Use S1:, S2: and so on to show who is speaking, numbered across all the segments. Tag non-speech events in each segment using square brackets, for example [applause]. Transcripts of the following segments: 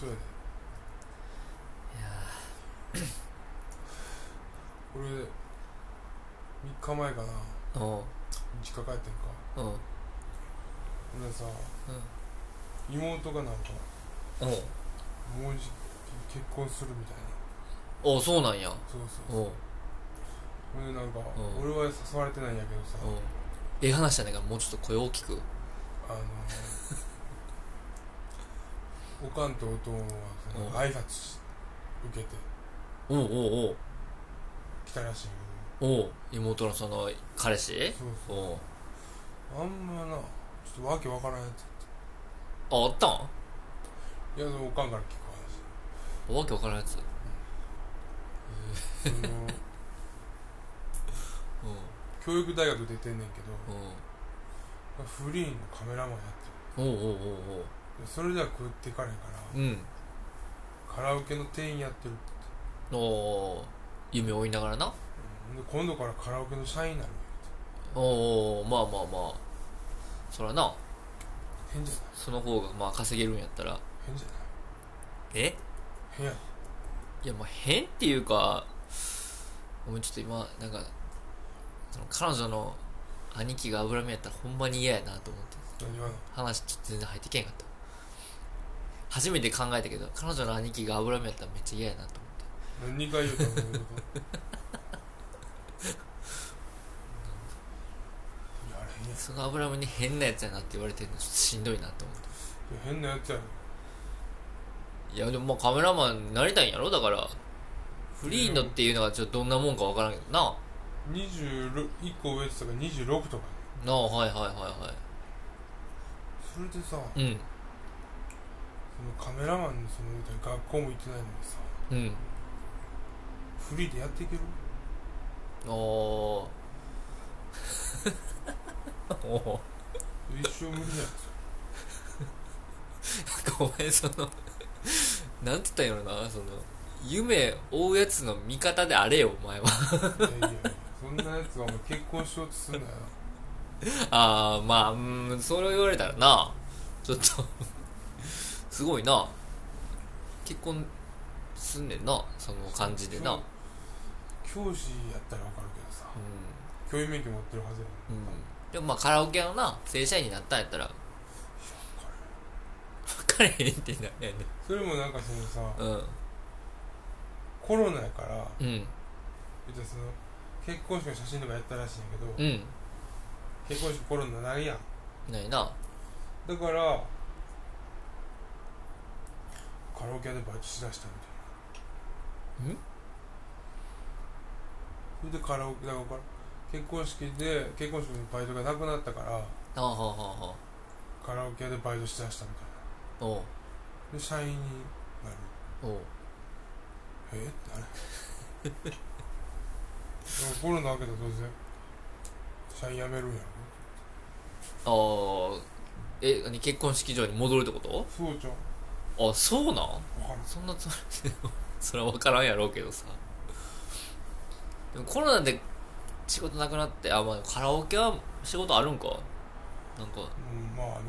S1: そうやね俺3日前かな
S2: やおう
S1: 実家帰ってんか
S2: おう
S1: ほんでさ、妹がなんか
S2: おう
S1: もうじき結婚するみたいな
S2: おうそうなんや
S1: そうそう
S2: おう
S1: ほんでなんか
S2: ん
S1: 俺は誘われてないんやけどさ
S2: おうええ話じゃないからもうちょっと声大きく
S1: あのーおかんとおとんはさなんか挨拶し受けて
S2: おうおう
S1: 来たらしい
S2: おうおう妹のその彼氏
S1: けどそうそ
S2: おう
S1: うあんまなちょっとわけわからんやつ
S2: ああったん
S1: いやそのおかんから聞く話
S2: わけわからんやつ
S1: その
S2: うん
S1: 教育大学出てんねんけど
S2: うん
S1: フリーのカメラマンやって
S2: おうおうおうおう
S1: るそれでは食っていかれへんから
S2: うん
S1: カラオケの店員やってるって
S2: おう夢追いながらな
S1: うんで今度からカラオケの社員になる
S2: おうおうまあまあまあそらな
S1: 変じゃない
S2: その方がまあ稼げるんやったら
S1: 変じゃない
S2: え
S1: 変や
S2: いやまあ変っていうかもうちょっと今なんかその彼女の兄貴が油目やったらほんまに嫌やなと思って
S1: 何は
S2: 話ちょっと全然入ってけんかった初めて考えたけど彼女の兄貴が油目やったらめっちゃ嫌やなと思って
S1: 何回言うか思うこといやあれ変や
S2: その油目に変なやつやなって言われてるのちょっとしんどいなと思っ
S1: いや変なやつやろ
S2: ていやでもまあカメラマンになりたいんやろだからフリーのっていうのがちょっとどんなもんかわからんけどな
S1: 26 1個上って言ったから26とかね
S2: なあはいはいは
S1: それでさその
S2: いはい
S1: カメラマンのその言うたら学校も行ってないのにさ
S2: うんうん
S1: フリーでやっていける
S2: お [laughs] ーおー
S1: 一生無理じゃん
S2: なんか [laughs] お前そのなんつったんやろなその夢追うやつの味方であれよお前は [laughs]
S1: いやいやいやそんなやつはお前結婚しようとすんなよ
S2: ああまあうーんそれを言われたらなちょっと [laughs] すごいな結婚すんねんなその感じでなうん
S1: 教教師やったらわかるけどさ教員免許持ってるはずや
S2: う
S1: ね
S2: んでもまあカラオケのな正社員になったんやったら分かれへんってなんやね
S1: それもなんかそのさ
S2: うん
S1: コロナやから
S2: うん
S1: 言うたらその結婚式の写真とかやったらしいんやけど、
S2: うん
S1: 結婚式コロナないやん
S2: ないな
S1: だからカラオケ屋でバイトしだしたみたいなんそれでカラオケだから結婚式で結婚式のバイトがなくなったから
S2: ああはあはあは
S1: カラオケ屋でバイトしだしたみたいな
S2: あおう
S1: で社員になる
S2: おう
S1: えってあれ [laughs] でもコロナ明けたら当然社員辞めるんやろ
S2: ああえ何結婚式場に戻るってこ
S1: そうじゃん
S2: とあそうなん
S1: 分からん
S2: そんなつも [laughs] りそれは分からんやろうけどさでもコロナで仕事なくなってあまあカラオケは仕事あるんかなんかう
S1: う
S2: ん
S1: んまあなやって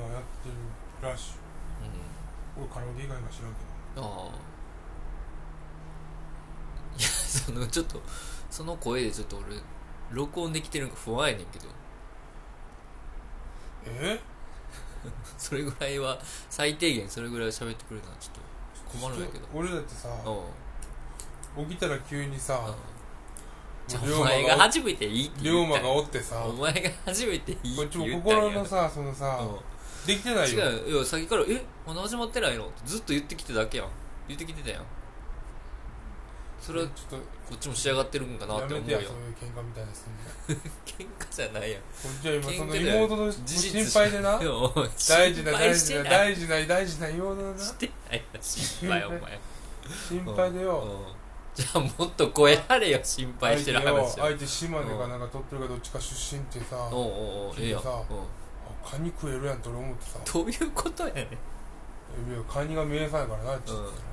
S1: るらしい俺カラオケ以外は知らんけど
S2: ああいやそのちょっとその声でちょっと俺録音できてるんか不安やねんけど
S1: え
S2: それぐらいは最低限それぐらいは喋ってくれたらちょっと困るんやけど
S1: 俺だってさ
S2: うん
S1: 起きたら急に
S2: うん
S1: さ
S2: じゃあ
S1: 龍
S2: お
S1: 馬
S2: 前が
S1: が
S2: 初めていいって
S1: 龍
S2: 言っ
S1: 馬
S2: たん
S1: が
S2: や
S1: おってさ
S2: お前が初めていい
S1: こ
S2: っ
S1: ってちも
S2: 言ったんや
S1: 心のさそのさ
S2: う
S1: できてなんいよ
S2: 違うよいやさっきから「えまだ始まってないの?」ずっと言ってきてただけやん言ってきてたやんそれは
S1: ちょっ
S2: こっちも仕上がってるんかなっ
S1: と
S2: て
S1: やめ
S2: 思う
S1: てや
S2: よ
S1: そういう喧嘩みたいなすんの
S2: 喧嘩じゃないやん
S1: こっちは今その
S2: 喧嘩だよ
S1: 妹の
S2: 事
S1: 心
S2: 実
S1: 配でな
S2: でも [laughs] お前
S1: 大事な
S2: 心配
S1: 大
S2: し
S1: 事な
S2: てない
S1: 大事な大事な妹のな
S2: してないやん心配お前
S1: 心配でよ
S2: うんじゃあもっと超えられよ心配してる
S1: 相手よ
S2: 話を
S1: 相手島根かなんか鳥取かどっちか出身ってさ
S2: おうおうおうええやん
S1: さ
S2: うん
S1: あカニ食えるやんと俺思ってさ
S2: どういうことやねん
S1: いやカニが名産やからなち
S2: う
S1: ょっ
S2: ん
S1: と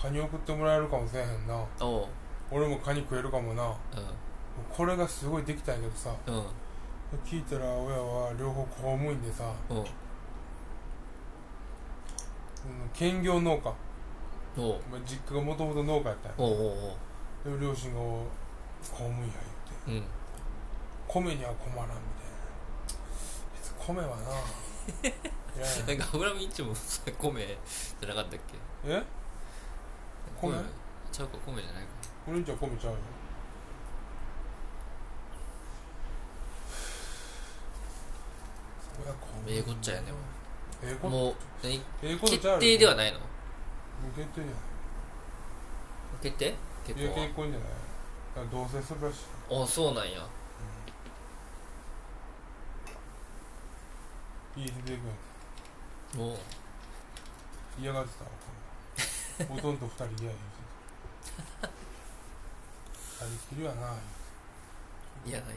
S1: カニ送ってもらえるかもせえへんな
S2: おう
S1: 俺もカニ食えるかもな
S2: う
S1: これがすごいできたんやけどさ
S2: んうん
S1: 聞いたら親は両方公務員でさ
S2: うん
S1: うん兼業農家
S2: おう
S1: まあ、実家がもともと農家やったんや
S2: おうおう
S1: でも両親が公務員や言うて
S2: おううん
S1: 米には困らんみたいな別に米はないらんやん
S2: [laughs] なんか油みんちもさ米じゃなかったっけ
S1: え米
S2: ちゃうか米じゃないか
S1: 俺んちは米ちゃうよそりゃ米
S2: ええこっちゃやね
S1: ええこ
S2: もう何
S1: ええこと
S2: 決
S1: ちゃうよ
S2: 定ではないの
S1: もう決定や
S2: 決定結
S1: いや
S2: 婚
S1: 結婚じゃないだから同棲するらしい
S2: はあそうなんや
S1: 음.家出ていくん
S2: おう
S1: 嫌がってたわほとんど二人嫌や言うてた二人きりはな
S2: 嫌なんや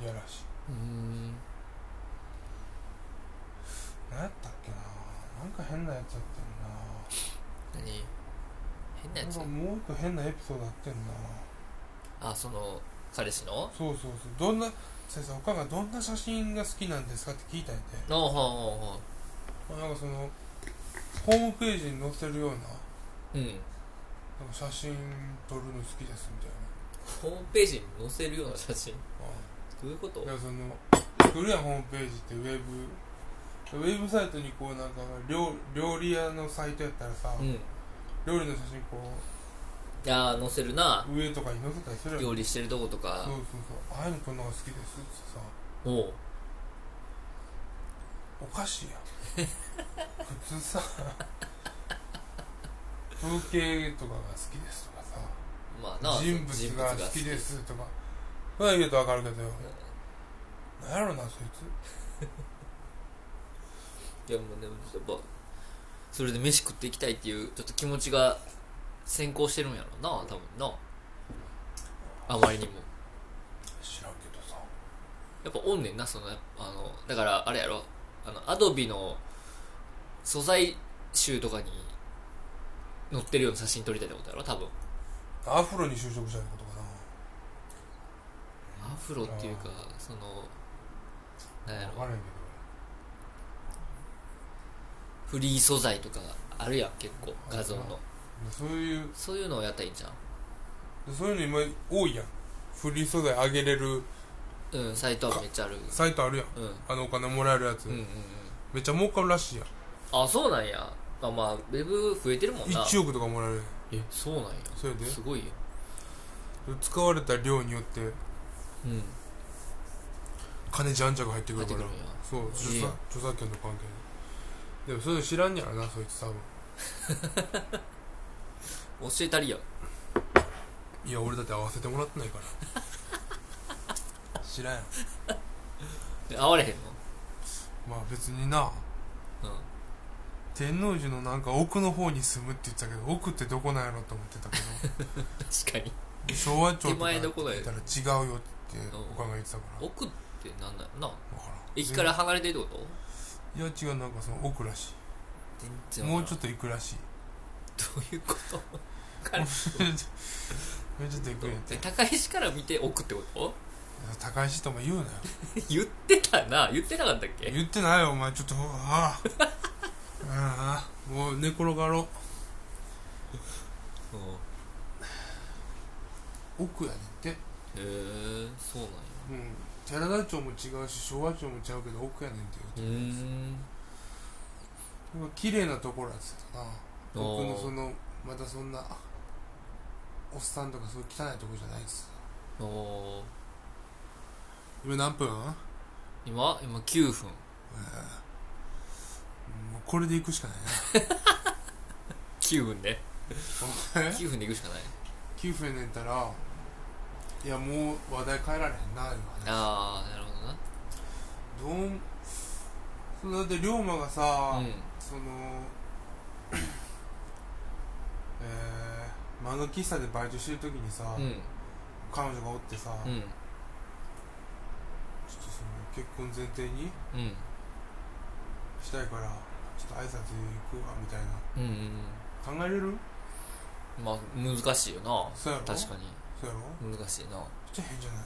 S1: 嫌らしいう
S2: ーん
S1: 何やったっけななんか変なやつやって
S2: 何変なんや
S1: な
S2: つ
S1: なんかもう一個変なエピソードあってんな
S2: あその彼氏の
S1: そうそうそうどんな先生おかんがどんな写真が好きなんですかって聞いたんやて
S2: ああはあはあはあ
S1: まあなんかそのホームページに載せるような
S2: うん
S1: なんか写真撮るの好きですみたいな
S2: ホームページに載せるような写真
S1: ああ
S2: どういうこと
S1: だからその作るやんホームページってウェブウェブサイトにこうなんか料料理屋のサイトやったらさ、
S2: うん
S1: 料理の写真こ
S2: ああ載せるな
S1: う上とかに載せたりするやんそう
S2: 料理してるとことか
S1: そうそうああいうの撮るのが好きですってさ
S2: おう
S1: おかしいや
S2: [laughs]
S1: ん普通さ風景とかが好きですとかさ
S2: まあな
S1: 人物が好きですとかそれは言うとわかるけどよなんやろなそいつ
S2: いやもうでもやっぱそれで飯食っていきたいっていうちょっと気持ちが先行してるんやろうな多分なあまりにも
S1: 知らんけどさ
S2: やっぱおんねんなそのやっぱあのだからあれやろあのアドビの素材集とかに載ってるような写真撮りたいってことやろ多分
S1: アフロに就職したいってことかな
S2: アフロっていうかそのなんや
S1: 分
S2: ろ
S1: からへんけど
S2: フリー素材とかあるやん結構画像の
S1: でそういう
S2: そういうのをやったらいいんじゃん
S1: でそういうの今多いやんフリー素材上げれる
S2: うんサイトはめっちゃある
S1: サイトあるやん
S2: うん
S1: あのお金もらえるやつ、
S2: うんうんうん
S1: めっちゃ儲かるらしいやん
S2: あそうなんやあまあウェブ増えてるもんな
S1: 1億とかもらえるやん
S2: えそうなんや
S1: それです
S2: ごいよ
S1: 使われた量によって
S2: うん
S1: 金じゃんじゃく入ってく
S2: 入
S1: る
S2: って
S1: か
S2: く
S1: ら
S2: るんや
S1: そう著
S2: いい
S1: 作
S2: や
S1: 著作権の関係ででもそういうの知らんやろなそいつ多分
S2: 教えたりや
S1: いや俺だって合わせてもらってないから
S2: [laughs]
S1: 知らんやろ
S2: え会われへん
S1: まあ別にな
S2: のうん
S1: 天王寺のなんか奥の方に住むって言ってたけど奥ってどこなんやろと思ってたけど
S2: 確かに
S1: 昭和町
S2: 手
S1: とか
S2: 前
S1: や
S2: どこだよ
S1: ったら違うよっておかんが言ってたから
S2: 奥ってなんだよ
S1: 分
S2: な
S1: からん
S2: 駅から離れてるってこと
S1: いや違うなんかその奥らしい
S2: 全然
S1: もうちょ
S2: っ
S1: っと行くらしい [laughs]
S2: とどういうこと彼
S1: もうちょっと行くんやって
S2: え高石から見て奥ってこと [laughs]
S1: 高石とも言うなよ
S2: 言ってたな言ってなかったっけ
S1: 言ってないよお前ちょっとああああもう寝転がろ
S2: うん
S1: う奥やねんって
S2: へえそうなんや
S1: うん寺田町も違うし昭和町も違うけど奥やねんって
S2: うーん
S1: 言う綺麗なところやってたな
S2: あー
S1: 奥のそのまたそんなおっさんとかそういう汚いとこじゃないです
S2: おー
S1: 今何分
S2: 今今9分
S1: もうこれで行くしかないな
S2: 9分で
S1: お
S2: [laughs]
S1: 前
S2: 9分で行くしかない
S1: 9分寝たらいやもう話題変えられへんないう話
S2: ああなるほどな
S1: どんそのだって龍馬がさ、
S2: うん
S1: そのえー、漫画喫茶でバイトしてる時にさ、
S2: うん
S1: 彼女がおってさ、
S2: う
S1: ちょっ
S2: ん
S1: とその結婚前提に
S2: うん
S1: したいからちょっと挨拶行くわみたいな
S2: うんうん
S1: 考えれる
S2: うんまあ難しいよな
S1: そうやろ
S2: 確かに
S1: そうやろめっ
S2: 難しいな
S1: ちゃ変じゃない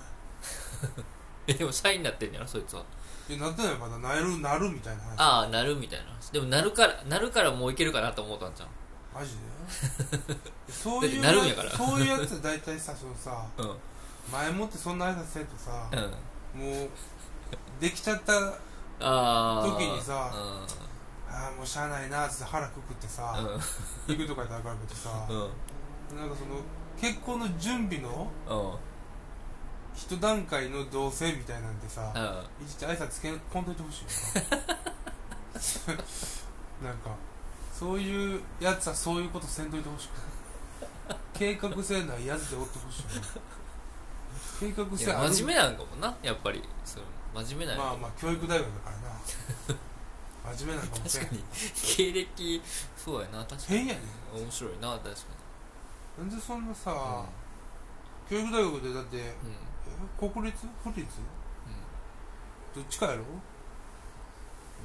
S2: えでも社員になってんやろそいつは
S1: えなってないまだなるなるみたいな話
S2: ああなるみたいなでもなるからなるからもういけるかなと思ったんじゃん
S1: マジで
S2: [laughs]
S1: そういう
S2: だってなるんやから
S1: そういうやつは大体さそのさ
S2: うん
S1: 前もってそんな挨拶せんとさ
S2: うん
S1: もうできちゃった
S2: ああ
S1: 時にさああもうしゃあないなっつって腹くくって
S2: うん
S1: さ、行くとかやったらあかんけどさ、
S2: うんうん
S1: なんかその結婚の準備の
S2: うん
S1: 一段階の同棲みたいなんでさ、
S2: うん
S1: いちいち挨拶つけ込んどいてほしいよななんかそういうやつはそういうことせんといてほしくない計画性ないやつでおってほしいよな計画
S2: い
S1: 性
S2: や
S1: ある
S2: 真面目なんかもなやっぱりその真面目なんや
S1: まあまあ教育大学だからな真面目なんかもしれ
S2: 確
S1: ん
S2: かに経歴そうやな確かに
S1: 変やね
S2: 面白いな確かに
S1: んなんでそんなさ、教育大学でだってえ
S2: うん、うん
S1: 国立府立どっちかやろ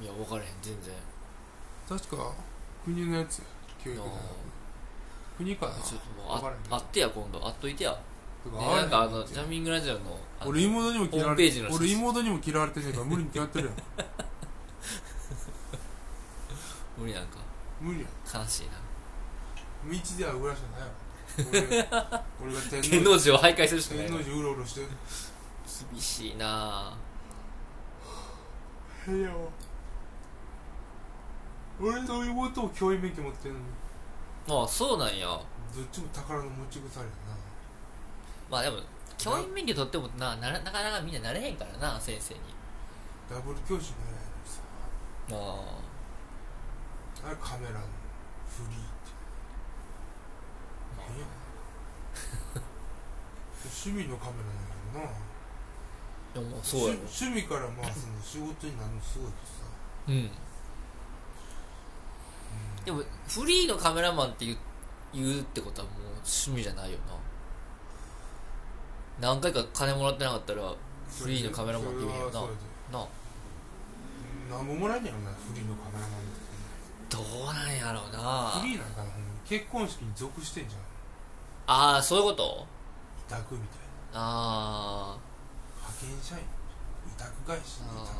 S2: うん、いや分からへん全然
S1: 確か国のやつや教育大学
S2: あ
S1: 国かな
S2: ちょっともう
S1: 分からへ
S2: あ
S1: んけど
S2: あってや今度あっといてや
S1: て
S2: で
S1: かあれ
S2: なんかあのジャミングラジオのあの
S1: 俺妹にも嫌
S2: ホー
S1: わ
S2: ムペ
S1: れ
S2: ージの
S1: 俺妹にも嫌われてんねんから無理に決まってるやん
S2: 無理なんか
S1: 無理やん
S2: 悲しいな
S1: 道で会うぐらいしかないやろ俺俺が天
S2: 天
S1: 皇
S2: 王寺を徘徊するしかない
S1: 天
S2: な
S1: 皇寺うろうろしてる
S2: 厳しいな
S1: 部屋を俺の妹も教員免許持ってんのに
S2: ああそうなんや
S1: どっちも宝の持ち腐れや
S2: まあでも教員免許取ってもなならなかなかみんななれへんからな先生に
S1: なダブル教師の偉いのにさ
S2: ああ
S1: あれカメラのフリーって何や趣味のカメラなんやろな
S2: でもそうやろ
S1: 趣趣味からまあその仕事になるのすごいけどさ
S2: うんでもフリーのカメラマンって言う言うってことはもう趣味じゃないよな何回か金もらってなかったらフリーのカメラマンって言えへんよななあ
S1: 何ももらえんやろなフリーのカメラマンって
S2: どうなんやろうな
S1: フリーなんかなほんまに結婚式に属してんじゃん
S2: ああそういうこと
S1: 委託みたいな
S2: あ
S1: 派遣社員委託会社
S2: ー
S1: 委
S2: あ
S1: 託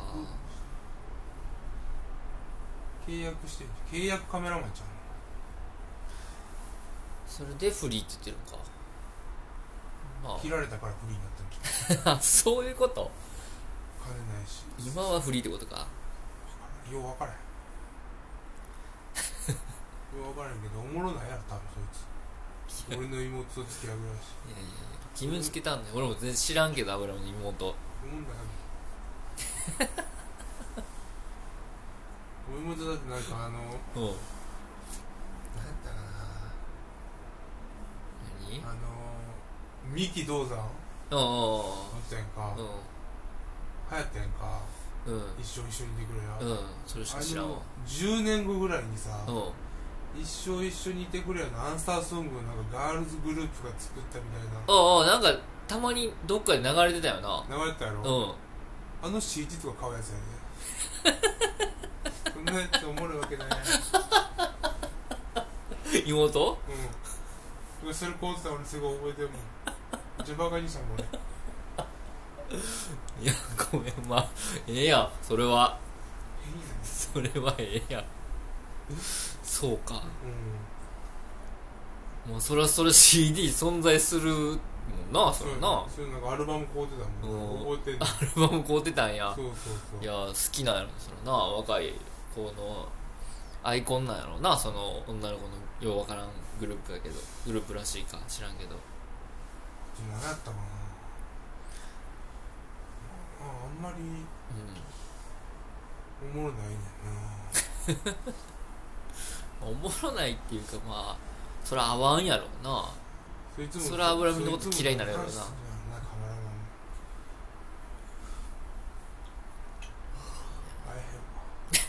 S1: 契約してんじゃん契約カメラマンちゃう
S2: ーそれでフリーって言ってるの
S1: の
S2: か
S1: 切られたからフリーになったんじゃん
S2: まあ [laughs] そういうこと
S1: 金ないし
S2: 今はフリーってことか
S1: よう分
S2: [laughs]
S1: からへんよう分からへんけどおもろないやろ多分そいつ俺の妹と付き合うぐらいし
S2: いやいやいや義務付けたんだよ俺も全然知らんけど油の妹 [laughs]
S1: おもんないやろ俺妹だってなんかあの
S2: うん何
S1: 何やったかなあの三木銅山お
S2: う
S1: ったやんか
S2: んうん
S1: 流行ったやんか
S2: うんうん
S1: 一生一緒にいてくれや、
S2: うん、それし
S1: あ
S2: か知らんわ
S1: の。10年後ぐらいにさ、
S2: うん。
S1: 一生一緒にいてくれやのアンサーソングをなんかガールズグループが作ったみたい
S2: おうおうなんか、たまにどっかで流れてたよな。
S1: な流れてたやろ、
S2: うん。
S1: あの CD とか買うやつやねそんなやつおもろいわけないやん
S2: 妹 [laughs]
S1: うん。それこうってた俺すごい覚えてるもん。めっちゃバカにしたもん俺。
S2: いや、ごめん、まあ、ええやん、それは。
S1: 変やね
S2: それはええやん。そうか。
S1: うん。
S2: もうそらそら CD 存在するもんな、そ
S1: そう
S2: れ
S1: や
S2: な
S1: な。。そういうなんかアルバム買うてたもん。覚えてんの。
S2: アルバム買うてたんや
S1: そ。うそうそう。
S2: いや、好きなんやろ、そらな。若い子のアイコンなんやろな、その女の子のようわからんグループだけど。グループらしいか、知らんけど。
S1: 何やったかな。ああんまり
S2: うん。
S1: おもろないねん
S2: おもろないっていうかまあそら合わんやろうな
S1: な。そいつも
S2: それは油身のこと嫌いになるやろな
S1: そいつもなカメラマンあれへんわ。絶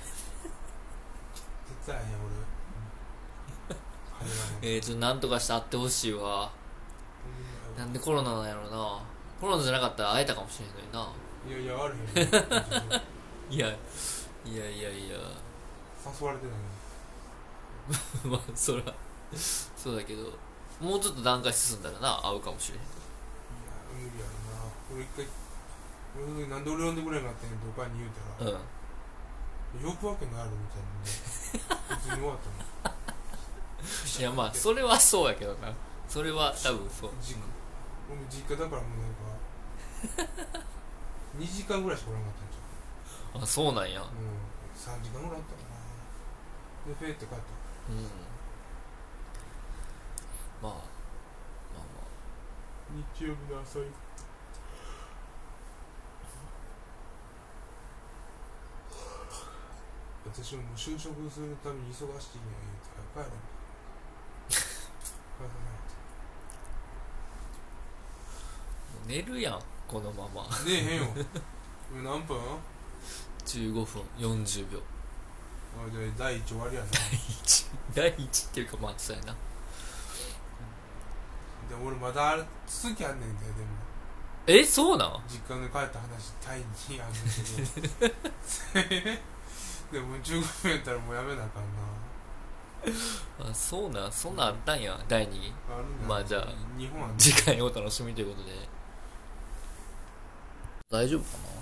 S1: 対あれへん俺。カ
S2: [laughs]
S1: メラマン
S2: えー、ちょっとなんとかして会ってほしいわなんでコロナなんやろうなコロナじゃなかったら会えたかもしれないない
S1: やいやある
S2: [laughs]
S1: へん誘
S2: いやいやいやいや
S1: われてない
S2: [laughs] まあそらそうだけどもうちょっと段階進んだらな会うかもしれへん
S1: いや無理やろな俺一回俺の時なんで俺呼んでくれんかったんやとおかんに言うたら
S2: うん
S1: 呼ぶわけないやろみたいなんで別に終わったの
S2: いやまあそれはそうやけどなそれは多分そう
S1: 実俺も実家だからもうなんか2時間ぐらいしかおらんかったんちゃう
S2: あそうなんや
S1: うん、3時間ぐらいあったかなでフェーって帰った
S2: うんまあまあまあ
S1: 日曜日の朝行私ももう就職するために忙しいんや言うて早く帰れん帰らないと
S2: もう寝るやんこのまま
S1: [laughs] 寝えへんよ今何分あ
S2: 15分40秒
S1: じゃあ第1終わりやな
S2: 一第一っていうかまあそうやな
S1: でも俺まだあれ続きあんねんででも
S2: えそうなん
S1: 実家に帰った話タイにあんねん [laughs] けどでも15分やったらもうやめなあかんな
S2: あそうなんそんなんあったんや第2
S1: あるんだ
S2: まあじゃあ
S1: 日本あんねん
S2: 次回を楽しみということで大丈夫かな